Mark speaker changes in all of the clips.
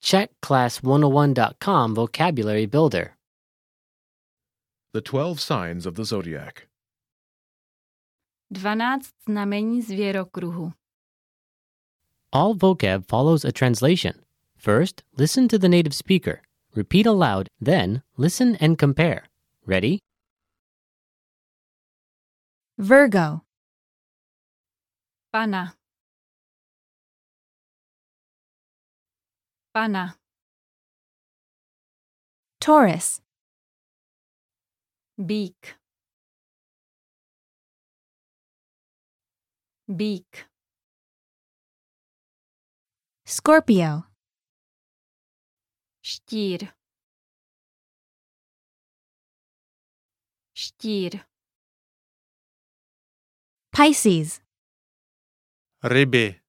Speaker 1: Check class101.com vocabulary builder.
Speaker 2: The twelve signs of the zodiac.
Speaker 3: 12 znamení zvierokruhu.
Speaker 1: All vocab follows a translation. First, listen to the native speaker. Repeat aloud, then listen and compare. Ready?
Speaker 4: Virgo,
Speaker 3: Pana. Pana.
Speaker 4: Taurus,
Speaker 3: Bík. Bík.
Speaker 4: Scorpio,
Speaker 3: Štír. Štír.
Speaker 4: Pisces,
Speaker 5: ryby,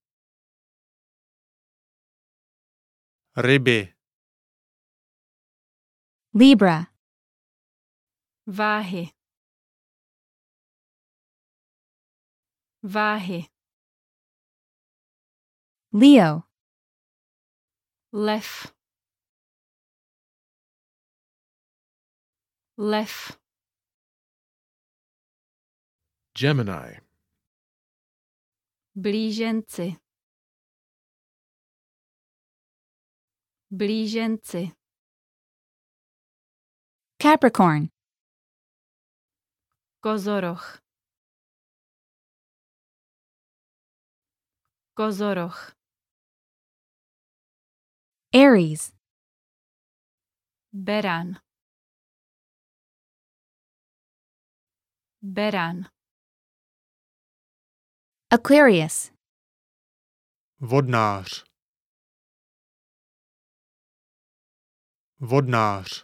Speaker 5: ryby,
Speaker 4: Libra,
Speaker 3: Váhy. Váhy.
Speaker 4: Leo,
Speaker 3: Lev. Lev.
Speaker 2: Gemini.
Speaker 3: Blíženci. Blíženci.
Speaker 4: Capricorn,
Speaker 3: Kozoroch. Kozoroch.
Speaker 4: Aries,
Speaker 3: Beran. Beran.
Speaker 4: Aquarius,
Speaker 5: vodnář, vodnář,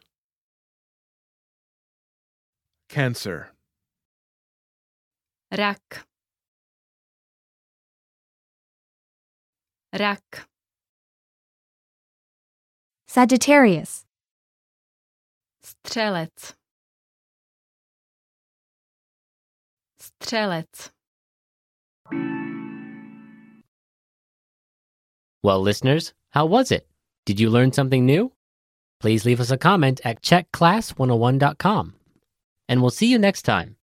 Speaker 2: Cancer.
Speaker 3: Rak. Rak.
Speaker 4: Sagittarius,
Speaker 3: Střelec. Střelec.
Speaker 1: Well, listeners, how was it? Did you learn something new? oh Please leave us a comment at checkclass101.com. And we'll see you next time.